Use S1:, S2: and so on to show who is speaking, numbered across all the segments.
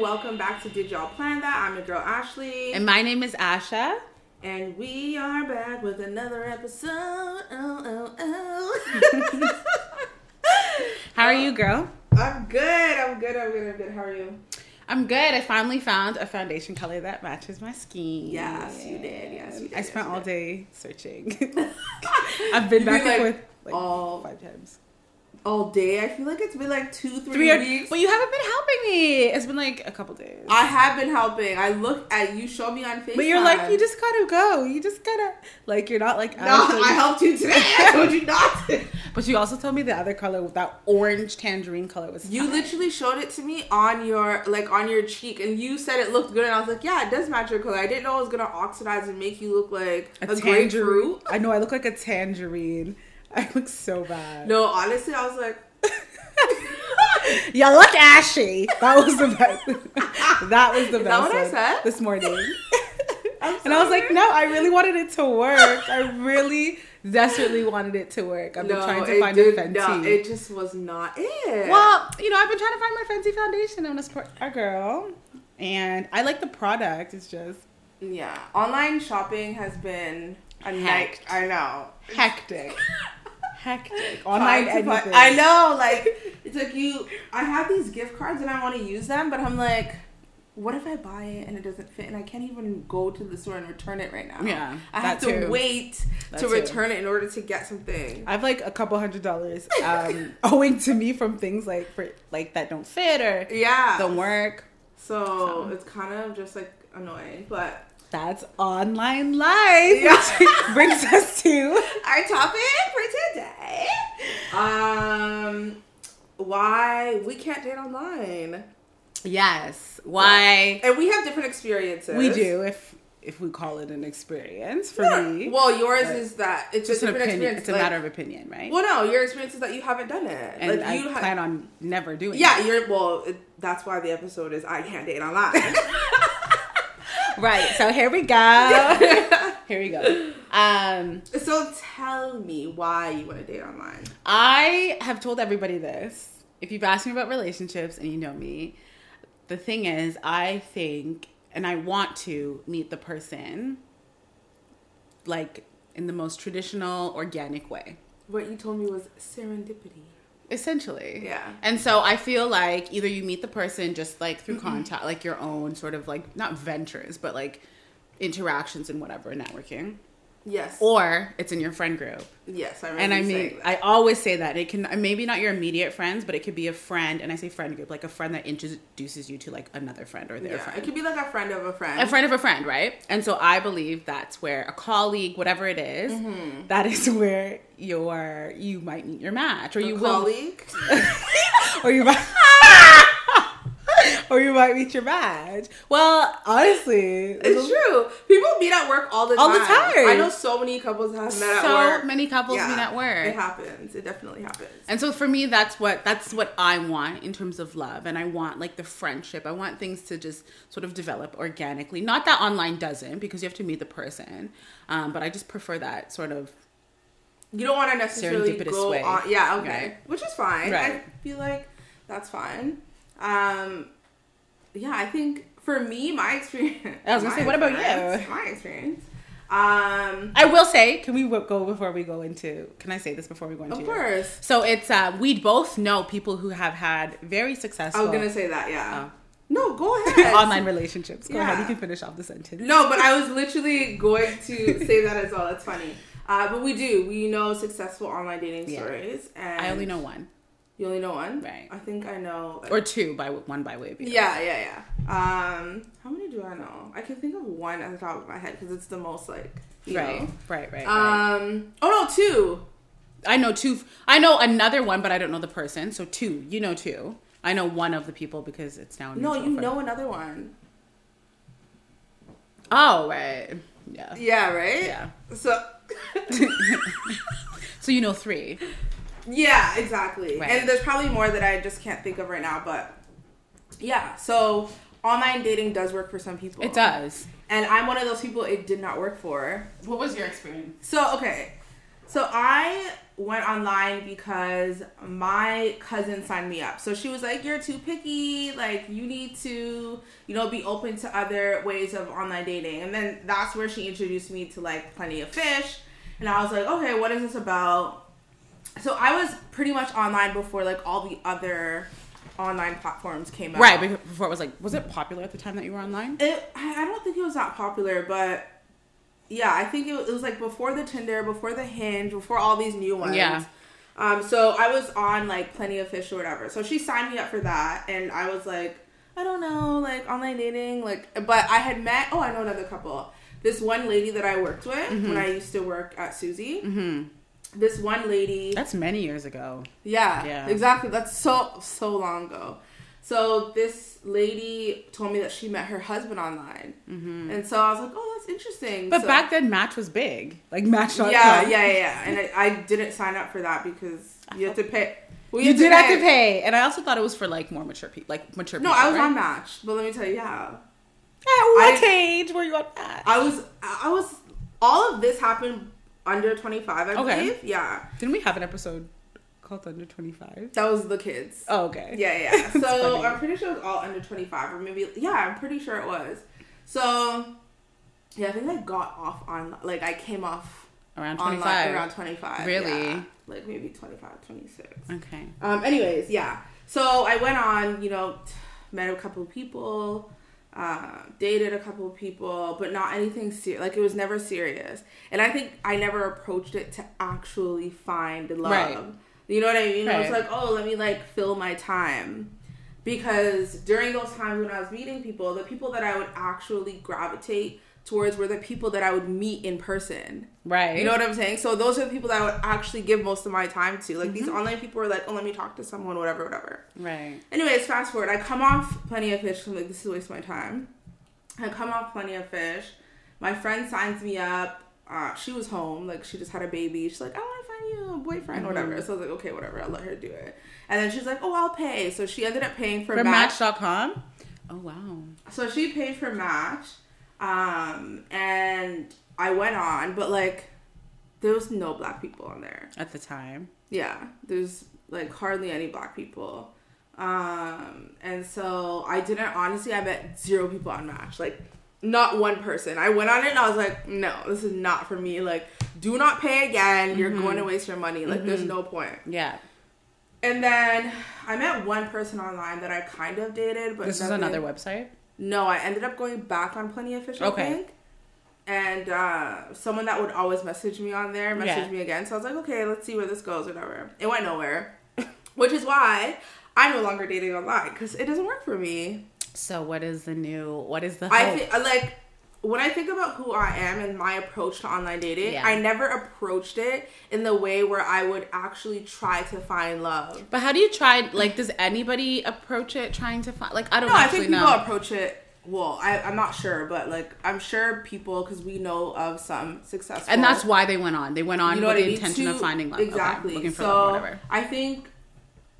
S1: welcome back to Did Y'all Plan That? I'm your girl Ashley.
S2: And my name is Asha.
S1: And we are back with another episode. Oh, oh, oh.
S2: How are you, girl?
S1: I'm good. I'm good. I'm good. I'm good. How are you?
S2: I'm good. I finally found a foundation color that matches my skin.
S1: Yes, you did. Yes, you did.
S2: I
S1: Yes,
S2: spent all
S1: you did.
S2: day searching. I've been
S1: You
S2: back
S1: mean,
S2: and
S1: like,
S2: forth like
S1: all-
S2: five times.
S1: All day. I feel like it's been like two, three,
S2: Three or,
S1: weeks.
S2: Well, you haven't been helping me. It's been like a couple days.
S1: I have been helping. I look at you. Show me on Facebook.
S2: but you're like, you just gotta go. You just gotta like, you're not like.
S1: No,
S2: Ashley.
S1: I helped you today. I told you not. to.
S2: But you also told me the other color, that orange tangerine color was.
S1: You literally showed it to me on your like on your cheek, and you said it looked good, and I was like, "Yeah, it does match your color." I didn't know it was gonna oxidize and make you look like a, grapefruit.
S2: I know I look like a tangerine. I look so bad.
S1: No, honestly, I was like,
S2: you look ashy. That was the best. that was the
S1: Is that
S2: best.
S1: what I
S2: one
S1: said?
S2: this morning?
S1: I'm
S2: and I was
S1: sorry.
S2: like, no, I really wanted it to work. I really desperately wanted it to work. I've been
S1: "No,
S2: trying to
S1: it
S2: find
S1: did
S2: a Fenty.
S1: not. It just was not it."
S2: well, you know, I've been trying to find my Fenty foundation. I'm gonna support our girl, and I like the product. It's just
S1: yeah, online shopping has been a night.
S2: Hacked.
S1: I know.
S2: hectic, hectic
S1: Trying
S2: online
S1: to
S2: anything.
S1: find- I know, like it's like you. I have these gift cards and I want to use them, but I'm like, what if I buy it and it doesn't fit and I can't even go to the store and return it right now?
S2: Yeah,
S1: I have
S2: that
S1: to
S2: too.
S1: wait
S2: That
S1: to
S2: too.
S1: return it in order to get something.
S2: I have like a couple hundred dollars um, owing to me from things like for like that don't fit or
S1: Yeah,
S2: don't work.
S1: so it's kind of just like annoying, but
S2: That's online life, which brings us to
S1: our topic for today, um, why we can't date online,
S2: yes, why
S1: and we have different experiences.
S2: we do if if we call it an experience for
S1: Yeah.
S2: me.
S1: Well, yours
S2: But
S1: is that it's
S2: it's
S1: just
S2: an
S1: a different
S2: opinion.
S1: experience.
S2: It's a
S1: Like,
S2: matter of opinion, right?
S1: Well, no, your experience is that you haven't done it.
S2: and
S1: like
S2: I
S1: you ha-
S2: plan on never doing.
S1: yeah, you're well. It, that's why the episode is I can't date online.
S2: it. right. So here we go. here we go. Um,
S1: so tell me why you want to date online.
S2: I have told everybody this. If you've asked me about relationships and you know me, the thing is, I think and I want to meet the person like in the most traditional, organic way,
S1: What you told me was serendipity.
S2: essentially.
S1: Yeah.
S2: And so I feel like either you meet the person just like through contact, like your own sort of like not ventures, but like interactions and whatever, networking,
S1: Yes.
S2: or it's in your friend group.
S1: yes, I remember.
S2: And I
S1: you
S2: mean,
S1: saying that.
S2: I always say that it can maybe not your immediate friends, but it could be a friend. And I say friend group, like a friend that introduces you to like another friend or their
S1: yeah, it
S2: friend,
S1: could be like a friend of a friend.
S2: a friend of a friend, right? And so I believe that's where a colleague, whatever it is,
S1: Mm-hmm.
S2: that is where your you might meet your match, or
S1: a
S2: you
S1: colleague.
S2: will, or you might. Or you might meet your match. Well, honestly,
S1: It's true. People meet at work all the
S2: All
S1: time.
S2: the time.
S1: I know so many couples have met at
S2: so
S1: work.
S2: many couples
S1: Yeah,
S2: meet at work.
S1: It happens. It definitely happens.
S2: And so for me, that's what that's what I want in terms of love, and I want like the friendship. I want things to just sort of develop organically. Not that online doesn't, because you have to meet the person, um, but I just prefer that sort of
S1: You don't want to necessarily
S2: Serendipitous
S1: go
S2: way.
S1: on. Yeah, okay,
S2: Right.
S1: which is fine. I
S2: Right.
S1: feel like that's fine. Um, yeah, I think for me, my experience.
S2: I was gonna
S1: my
S2: say, what about you?
S1: experience- My experience. Um,
S2: I will say, can we w- go before we go into? Can I say this before we go into?
S1: of
S2: your-
S1: course,
S2: So it's uh, we both know people who have had very
S1: I
S2: successful
S1: was gonna say that. Yeah.
S2: Oh.
S1: No, go ahead.
S2: online relationships. Go ahead,
S1: Yeah.
S2: you can finish off the sentence.
S1: No, but I was literally going to say that as well. That's funny. Uh, but we do. We know successful online dating
S2: Yeah.
S1: stories, and
S2: I only know one
S1: you only know one.
S2: Right.
S1: I think I know. like,
S2: or two by w- one by way of you.
S1: Yeah, yeah, yeah. Um, how many do I know? I can think of one at the top of my head because it's the most like you
S2: Right,
S1: know.
S2: right, right, right.
S1: Um. Oh no, two.
S2: I know two. I know another one, but I don't know the person. So two. You know two. I know one of the people because it's now. a
S1: No,
S2: mutual
S1: you
S2: friend.
S1: know another one.
S2: Oh right. Yeah.
S1: Yeah. Right.
S2: Yeah.
S1: So.
S2: So you know three.
S1: Yeah. Exactly.
S2: Right.
S1: And there's probably more that I just can't think of right now, but yeah. So online dating does work for some people.
S2: It does.
S1: And I'm one of those people it did not work for.
S2: What was your experience?
S1: So okay, so I went online because my cousin signed me up. So she was like, "You're too picky. Like you need to, you know, be open to other ways of online dating." And then that's where she introduced me to like Plenty of Fish, and I was like, "Okay, what is this about?" So I was pretty much online before like all the other online platforms came out.
S2: Right, beca- before it was like, was it popular at the time that you were online?
S1: It, I I don't think it was that popular, but yeah, I think it, it was like before the Tinder, before the Hinge, before all these new ones.
S2: Yeah.
S1: Um, so I was on like Plenty of Fish or whatever. So she signed me up for that, and I was like, I don't know, like online dating, like. But I had met. Oh, I know another couple. This one lady that I worked with
S2: Mm-hmm.
S1: when I used to work at Suzy. This one lady.
S2: That's many years ago.
S1: Yeah,
S2: Yeah.
S1: exactly. That's so so long ago. So this lady told me that she met her husband online, mm-hmm. and so I was like, "Oh, that's interesting."
S2: But
S1: So-
S2: back then, Match was big. Like Match.com.
S1: yeah, yeah, yeah, yeah. And I, I didn't sign up for that because you have to pay. Well,
S2: You did have to pay, and I also thought it was for like more mature people, like mature.
S1: No,
S2: people,
S1: I was
S2: right?
S1: on Match, but let me tell you, yeah,
S2: At what
S1: I-
S2: age were you on Match?
S1: I was, I I was. All of this happened under twenty five, I
S2: Okay.
S1: believe. Yeah,
S2: Didn't we have an episode called Under Twenty Five?
S1: that was the kids.
S2: Oh, okay.
S1: Yeah, yeah. So
S2: funny.
S1: I'm pretty sure it was all under 25, or maybe yeah, I'm pretty sure it was. So yeah, I think I got off on like I came off
S2: Around
S1: on
S2: twenty
S1: like
S2: five.
S1: around 25.
S2: Really?
S1: yeah. like maybe 25, 26.
S2: okay.
S1: Um. Anyways, yeah. So I went on, you know, t- met a couple of people, uh, dated a couple of people, but not anything serious. Like it was never serious, and I think I never approached it to actually find love.
S2: Right.
S1: You know what I mean? I was
S2: Right.
S1: like, oh, let me like fill my time. Because during those times when I was meeting people, the people that I would actually gravitate towards were the people that I would meet in person.
S2: Right.
S1: You know what I'm saying? So those are the people that I would actually give most of my time to. Like these online people were like, oh, let me talk to someone, whatever, whatever.
S2: right.
S1: Anyways, fast forward. I come off Plenty of Fish. I'm like, this is a waste of my time. I come off Plenty of Fish. My friend signs me up. Uh, she was home. Like, she just had a baby. She's like, I want to find you a boyfriend, whatever. So I was like, okay, whatever. I'll let her do it. And then she's like, oh, I'll pay. So she ended up paying for,
S2: From
S1: match.
S2: Match.com. Oh wow.
S1: So she paid for match, um, and I went on, but like there was no black people on there.
S2: At the time.
S1: Yeah, there's like hardly any black people, um, and so I didn't honestly. I met zero people on match, like not one person. I went on it and I was like, no, this is not for me. Like, do not pay again. You're
S2: Mm-hmm.
S1: going to waste your money. Like, there's no point.
S2: Yeah.
S1: And then I met one person online that I kind of dated, but
S2: This was
S1: nothing-
S2: another website.
S1: no, I ended up going back on Plenty of Fish, I
S2: Okay.
S1: think. And uh, someone that would always message me on there messaged
S2: Yeah.
S1: me again. So I was like, okay, let's see where this goes, whatever. It went nowhere, which is why I'm no longer dating online because it doesn't work for me.
S2: So what is the new? What is the? Hope?
S1: I think, like, when I think about who I am and my approach to online dating,
S2: Yeah.
S1: I never approached it in the way where I would actually try to find love.
S2: But how do you try? Like, does anybody approach it trying to find? Like, I don't
S1: No, I
S2: actually
S1: think people
S2: know.
S1: approach it. Well, I, I'm not sure, but like I'm sure people because we know of some successful,
S2: and that's why they went on. They went on
S1: you know
S2: with
S1: what I
S2: the
S1: mean?
S2: intention
S1: To-
S2: of finding love. Okay,
S1: Exactly.
S2: looking for
S1: so
S2: love, whatever.
S1: I think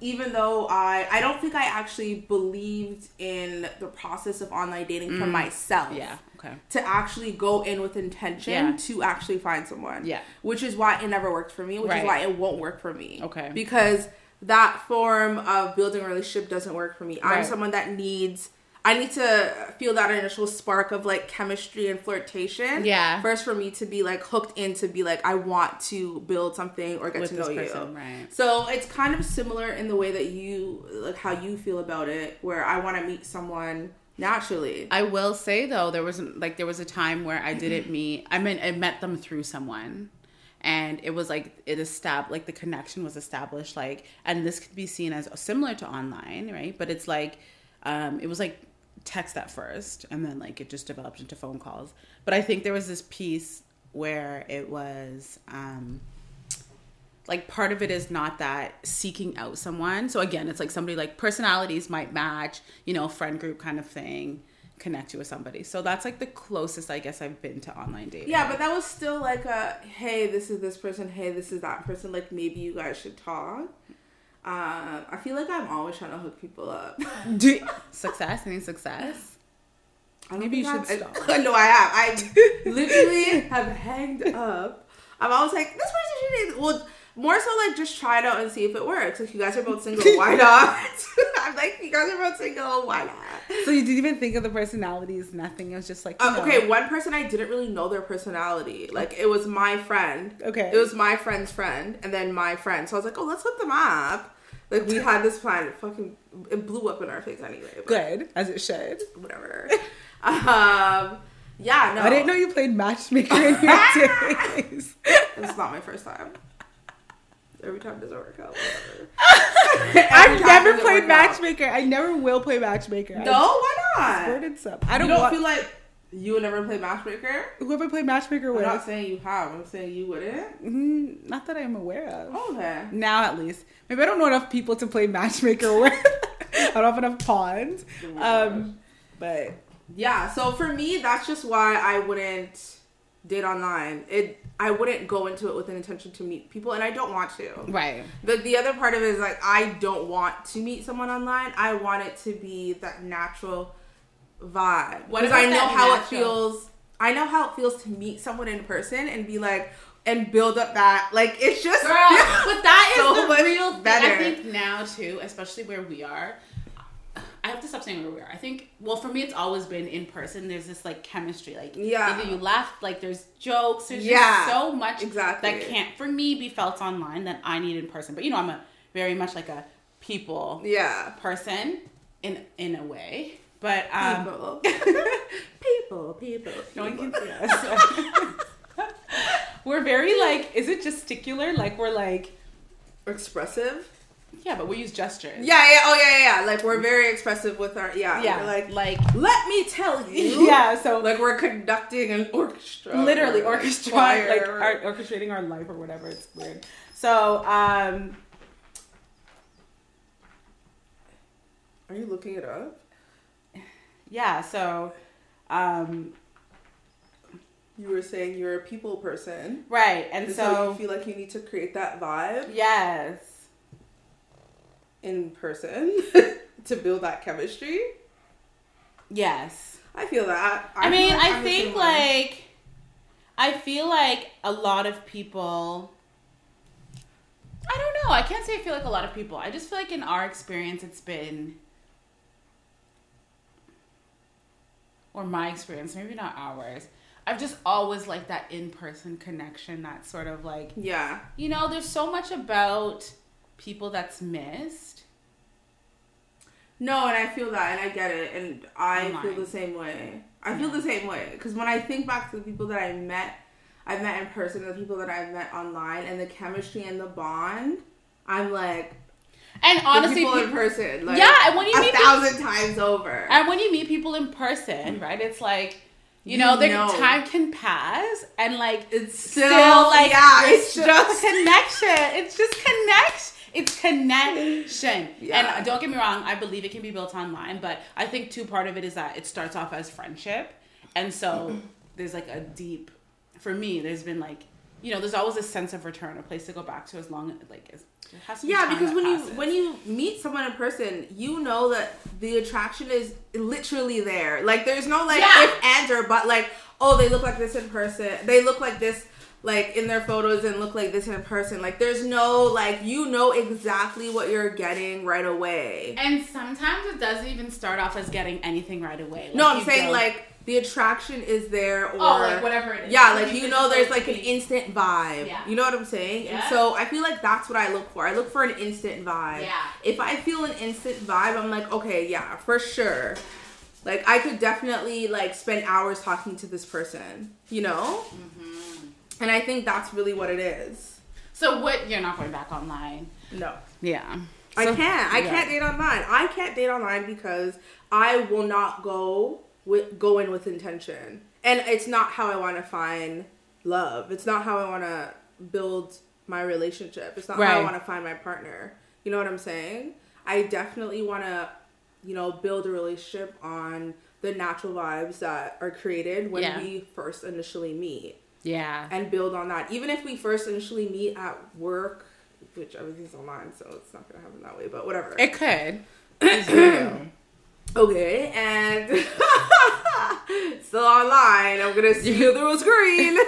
S1: even though I I don't think I actually believed in the process of online dating for myself.
S2: Mm. Yeah. Okay.
S1: To actually go in with intention
S2: Yeah.
S1: to actually find someone.
S2: Yeah.
S1: Which is why it never worked for me, which
S2: Right.
S1: is why it won't work for me.
S2: Okay.
S1: Because that form of building a relationship doesn't work for me. I'm
S2: Right.
S1: someone that needs I need to feel that initial spark of like chemistry and flirtation.
S2: Yeah.
S1: First for me to be like hooked in to be like I want to build something or get
S2: With
S1: to
S2: this
S1: know
S2: person,
S1: you.
S2: right.
S1: So it's kind of similar in the way that you like how you feel about it where I want to meet someone naturally.
S2: I will say though, there was like there was a time where I didn't meet. I mean, I met them through someone, and it was like it established like the connection was established. Like, and this could be seen as similar to online, right? But it's like, um, it was like text at first, and then like it just developed into phone calls. But I think there was this piece where it was. Um, like part of it is not that seeking out someone. So again, it's like somebody like personalities might match, you know, friend group kind of thing, connect you with somebody. So that's like the closest I guess I've been to online dating.
S1: yeah, but that was still like a hey, this is this person, hey, this is that person, like maybe you guys should talk. Um, I feel like I'm always trying to hook people up.
S2: Do- success, any success?
S1: I don't
S2: Maybe
S1: think
S2: you
S1: I've-
S2: should
S1: I-
S2: stop.
S1: no, I have. I literally have hanged up. I'm always like, this person should. Well, more so like just try it out and see if it works. Like you guys are both single, why not? I'm like, you guys are both single, why not?
S2: So you didn't even think of the personalities, nothing. It was just like,
S1: Um,
S2: you know.
S1: okay, one person I didn't really know their personality. Like it was my friend.
S2: Okay.
S1: It was my friend's friend and then my friend. So I was like, oh, let's hook them up. Like we had this plan. It fucking it blew up in our face anyway. But
S2: good as it should.
S1: Whatever. um. Yeah. No.
S2: I didn't know you played matchmaker in your days.
S1: It's not my first time. Every time doesn't work out. Whatever.
S2: I've
S1: time
S2: never
S1: doesn't work
S2: played
S1: out.
S2: matchmaker. I never will play matchmaker.
S1: No, why
S2: I
S1: not?
S2: squirted some. I
S1: You
S2: don't,
S1: don't
S2: want
S1: feel like you would never play matchmaker.
S2: whoever played matchmaker
S1: I'm
S2: with.
S1: not saying you have. I'm saying you wouldn't.
S2: Mm, not that I'm aware of.
S1: Okay.
S2: Now at least. Maybe I don't know enough people to play matchmaker with. I don't have enough pawns.
S1: Oh my
S2: Um, but
S1: Yeah. So for me, that's just why I wouldn't date online. It. I wouldn't go into it with an intention to meet people, and I don't want to.
S2: right.
S1: But the other part of it is like I don't want to meet someone online. I want it to be that natural vibe
S2: What
S1: because
S2: about
S1: I know
S2: that
S1: how
S2: natural?
S1: it feels. I know how it feels to meet someone in person and be like and build up that like it's just
S2: Girl, but that is
S1: So much
S2: the real thing.
S1: better.
S2: I think now too, especially where we are. I have to stop saying where we are. I think well for me it's always been in person. There's this like chemistry. Like
S1: Yeah.
S2: either you laugh, like there's jokes, there's
S1: Yeah.
S2: just so much
S1: Exactly.
S2: that can't for me be felt online that I need in person. But you know, I'm a very much like a people
S1: yeah.
S2: person in in a way. But um
S1: People. people, people, people.
S2: no one can see us. we're very like is it gesticular? Like we're like
S1: expressive.
S2: yeah, but we use gestures.
S1: Yeah, yeah, oh yeah, yeah, yeah. Like we're very expressive with our yeah.
S2: yeah
S1: we're
S2: like
S1: like
S2: like
S1: let me tell you.
S2: yeah so
S1: Like we're conducting an orchestra.
S2: literally
S1: or a
S2: orchestra
S1: choir
S2: like
S1: or-
S2: our, orchestrating our life or whatever it's weird so um
S1: Are you looking it up?
S2: yeah so um
S1: You were saying you're a people person.
S2: right and
S1: And so
S2: so
S1: you feel like you need to create that vibe
S2: yes
S1: in person to build that chemistry.
S2: yes
S1: I feel that.
S2: i,
S1: feel
S2: mean
S1: like
S2: i
S1: I'm the
S2: think
S1: same way.
S2: like i feel like a lot of people i don't know i can't say i feel like a lot of people i just feel like in our experience it's been or my experience maybe not ours i've just always liked that in-person connection that sort of like
S1: Yeah.
S2: you know there's so much about people that's missed
S1: No, and I feel that, and I get it, and I
S2: Online.
S1: feel the same way. I feel the same way because when I think back to the people that I met, I met in person, the people that I met online, and the chemistry and the bond, I'm like
S2: and
S1: the
S2: honestly
S1: people in
S2: peop-
S1: person, like
S2: yeah and when you
S1: a
S2: meet
S1: thousand times over.
S2: And when you meet people in
S1: Mm.
S2: person, right, it's like,
S1: You
S2: you, know, the
S1: know.
S2: time can pass and like
S1: it's
S2: still,
S1: still,
S2: like
S1: yeah,
S2: there's
S1: it's
S2: still
S1: just
S2: connection. It's just connection. It's connection.
S1: Yeah.
S2: And uh, don't get me wrong, I believe it can be built online, but I think too part of it is that it starts off as friendship. And so there's like a deep for me, there's been like you know, there's always a sense of return, a place to go back to as long like as it has to be
S1: yeah
S2: time
S1: because
S2: that
S1: when you
S2: passes.
S1: when you meet someone in person you know that the attraction is literally there like there's no like
S2: Yeah.
S1: if and or but like oh they look like this in person they look like this like in their photos and look like this in person like there's no like you know exactly what you're getting right away
S2: And sometimes it doesn't even start off as getting anything right away. Like,
S1: no i'm
S2: you
S1: saying
S2: go-
S1: like the attraction is there or
S2: oh, like whatever it is.
S1: yeah, like you
S2: can
S1: know,
S2: just
S1: there's
S2: go
S1: like an
S2: to-
S1: instant vibe.
S2: Yeah.
S1: You know what I'm saying? And
S2: Yeah.
S1: so I feel like that's what I look for. I look for an instant vibe.
S2: Yeah.
S1: If I feel an instant vibe, I'm like, okay, yeah, for sure. Like I could definitely like spend hours talking to this person. You know?
S2: Mm-hmm.
S1: And I think that's really what it is.
S2: So what? You're not going back online.
S1: No.
S2: Yeah.
S1: I can't. I
S2: yeah.
S1: can't date online. I can't date online because I will not go with go in with intention, and it's not how I want to find love. It's not how I want to build my relationship. It's not how I
S2: Right.
S1: want to find my partner. You know what I'm saying? I definitely want to, you know, build a relationship on the natural vibes that are created when
S2: Yeah.
S1: we first initially meet
S2: Yeah.
S1: and build on that. Even if we first initially meet at work, which everything's online, so it's not gonna happen that way, but whatever.
S2: It could. It's real.
S1: Okay, and still online. I'm gonna see you through a screen.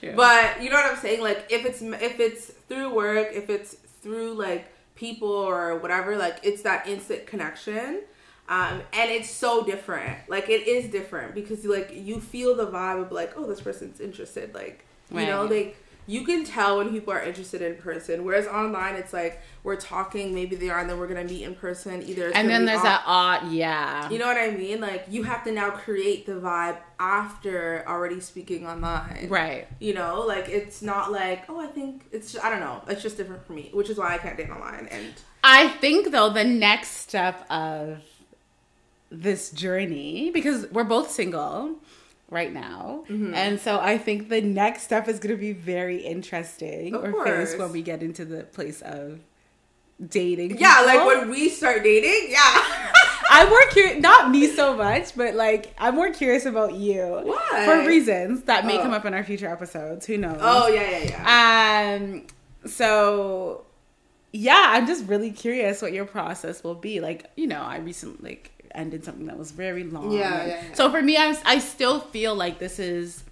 S2: True.
S1: But you know what I'm saying? Like if it's if it's through work, if it's through like people or whatever, like it's that instant connection. Um, and it's so different. Like it is different because like you feel the vibe of like, oh, this person's interested. Like you
S2: Right.
S1: know, like you can tell when people are interested in person. Whereas online, it's like we're talking, maybe they are, and then we're gonna meet in person. Either it's gonna
S2: and then
S1: be
S2: there's
S1: off-
S2: that odd, yeah.
S1: You know what I mean? Like you have to now create the vibe after already speaking online.
S2: right.
S1: You know, like it's not like oh, I think it's I don't know. It's just different for me, which is why I can't date online. And
S2: I think though the next step of this journey because we're both single right now.
S1: Mm-hmm.
S2: And so I think the next step is going to be very interesting
S1: Of
S2: or
S1: course.
S2: phase when we get into the place of dating.
S1: yeah, like
S2: people.
S1: when we start dating, yeah.
S2: I'm more curious, not me so much, but like I'm more curious about you.
S1: Why?
S2: For reasons that may
S1: Oh.
S2: come up in our future episodes. Who knows?
S1: oh yeah, yeah, yeah.
S2: Um. So, yeah, I'm just really curious what your process will be. Like, you know, I recently like ended something that was very long.
S1: Yeah, yeah, yeah.
S2: So for me, I'm I still feel like this is.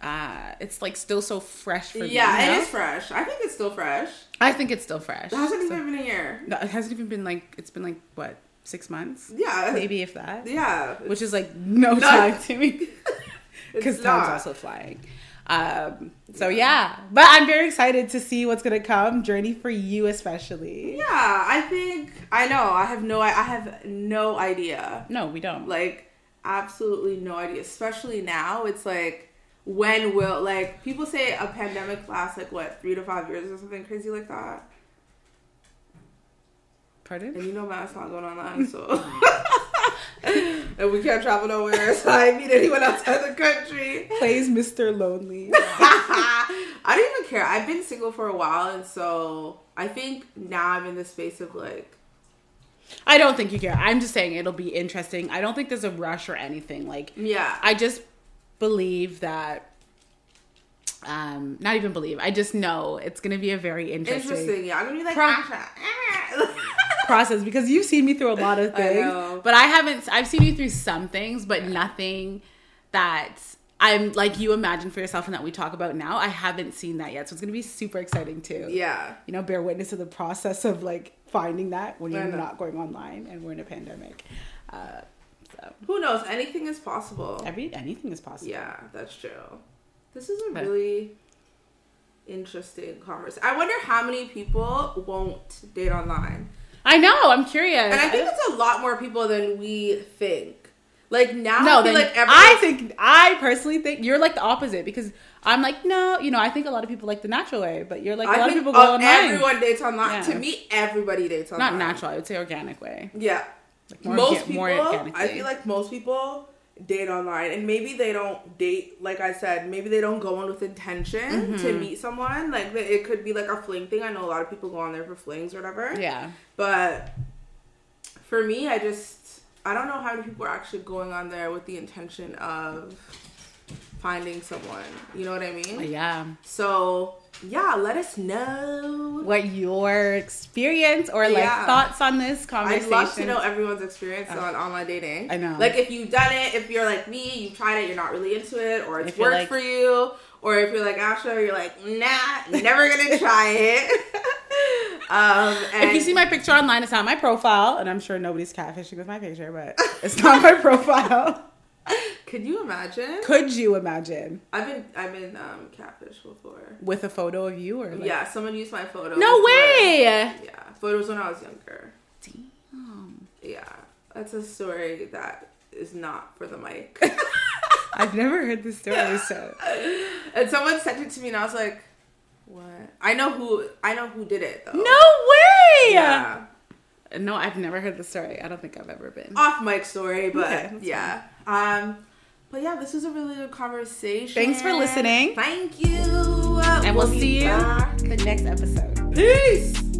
S2: Uh, it's like still so fresh for me.
S1: yeah,
S2: you know?
S1: it is fresh. I think it's still fresh.
S2: I think it's still fresh.
S1: It hasn't
S2: So-
S1: even been a year.
S2: No, it hasn't even been like it's been like what six months,
S1: Yeah,
S2: maybe if that.
S1: Yeah,
S2: Which is like no
S1: No.
S2: time to me. because
S1: it's
S2: time's
S1: not.
S2: also flying. Um, so yeah, but I'm very excited to see what's gonna come. Journey for you especially.
S1: yeah, I think I know. I have no. I have no idea.
S2: No, we don't.
S1: Like absolutely no idea. Especially now, it's like when will like people say a pandemic lasts like what three to five years or something crazy like that. And
S2: Pardon?
S1: you know that's not going online, so and we can't travel nowhere, so I meet anyone outside the country.
S2: Plays Mr. Lonely.
S1: I don't even care. I've been single for a while, and so I think now I'm in the space of like,
S2: I don't think you care. I'm just saying it'll be interesting. I don't think there's a rush or anything. Like
S1: yeah,
S2: I just believe that. Um, not even believe. I just know it's gonna be a very
S1: interesting. Yeah, I'm gonna be like,
S2: Pro-
S1: Asha, ah.
S2: process because you've seen me through a lot of
S1: I
S2: things,
S1: know.
S2: but I haven't. I've seen you through some things, but nothing that I'm like you imagine for yourself and that we talk about now. I haven't seen that yet, so it's gonna be super exciting too.
S1: yeah,
S2: you know, bear witness to the process of like finding that when
S1: I
S2: you're
S1: know.
S2: not going online and we're in a pandemic. Uh, so
S1: who knows? Anything is possible.
S2: every anything is possible.
S1: Yeah, that's true. This is a
S2: But-
S1: really interesting conversation. I wonder how many people won't date online.
S2: I know. I'm curious.
S1: And I think it's a lot more people than we think. Like now,
S2: no,
S1: I feel
S2: then
S1: like
S2: I
S1: everyone's
S2: think I personally think you're like the opposite because I'm like no, you know, I think a lot of people like the natural way, but you're like a
S1: I
S2: lot of
S1: think
S2: people go
S1: uh,
S2: online.
S1: everyone dates online.
S2: Yeah.
S1: To me, everybody dates
S2: not
S1: online.
S2: natural. I would say organic way.
S1: Yeah.
S2: Like more
S1: most
S2: orga-
S1: people,
S2: more organically.
S1: I feel like most people date online, and maybe they don't date. Like I said, maybe they don't go on with intention
S2: Mm-hmm.
S1: to meet someone. Like they- it could be like a fling thing. I know a lot of people go on there for flings or whatever.
S2: Yeah.
S1: But for me, I just I don't know how many people are actually going on there with the intention of finding someone. You know what I mean?
S2: Yeah.
S1: So yeah, let us know.
S2: What your experience or like
S1: Yeah.
S2: thoughts on this conversation?
S1: I'd love to know everyone's experience on online dating.
S2: I know.
S1: Like if you've done it, if you're like me, you've tried it, you're not really into it, or it's
S2: If you're
S1: worked
S2: like-
S1: for you, or if you're like Asha, you're like, nah, never gonna try it. um, and
S2: If you see my picture online, it's not my profile, and I'm sure nobody's catfishing with my picture, but it's not my profile.
S1: could you imagine?
S2: Could you imagine
S1: I've been I've been um catfish before.
S2: with a photo of you or like,
S1: yeah, someone used my photo.
S2: No
S1: before.
S2: way.
S1: Yeah, but it was when I was younger.
S2: Damn.
S1: Yeah, that's a story that is not for the mic.
S2: I've never heard this story, so
S1: and someone sent it to me, and I was like, "What?" I know who I know who did it though.
S2: no way.
S1: yeah,
S2: No, I've never heard the story. I don't think I've ever been.
S1: off mic story, but
S2: Okay, that's
S1: yeah. Um, but yeah, this was a really good conversation.
S2: Thanks for listening.
S1: Thank you, Uh,
S2: And we'll
S1: be
S2: see you
S1: back.
S2: the next episode.
S1: Peace.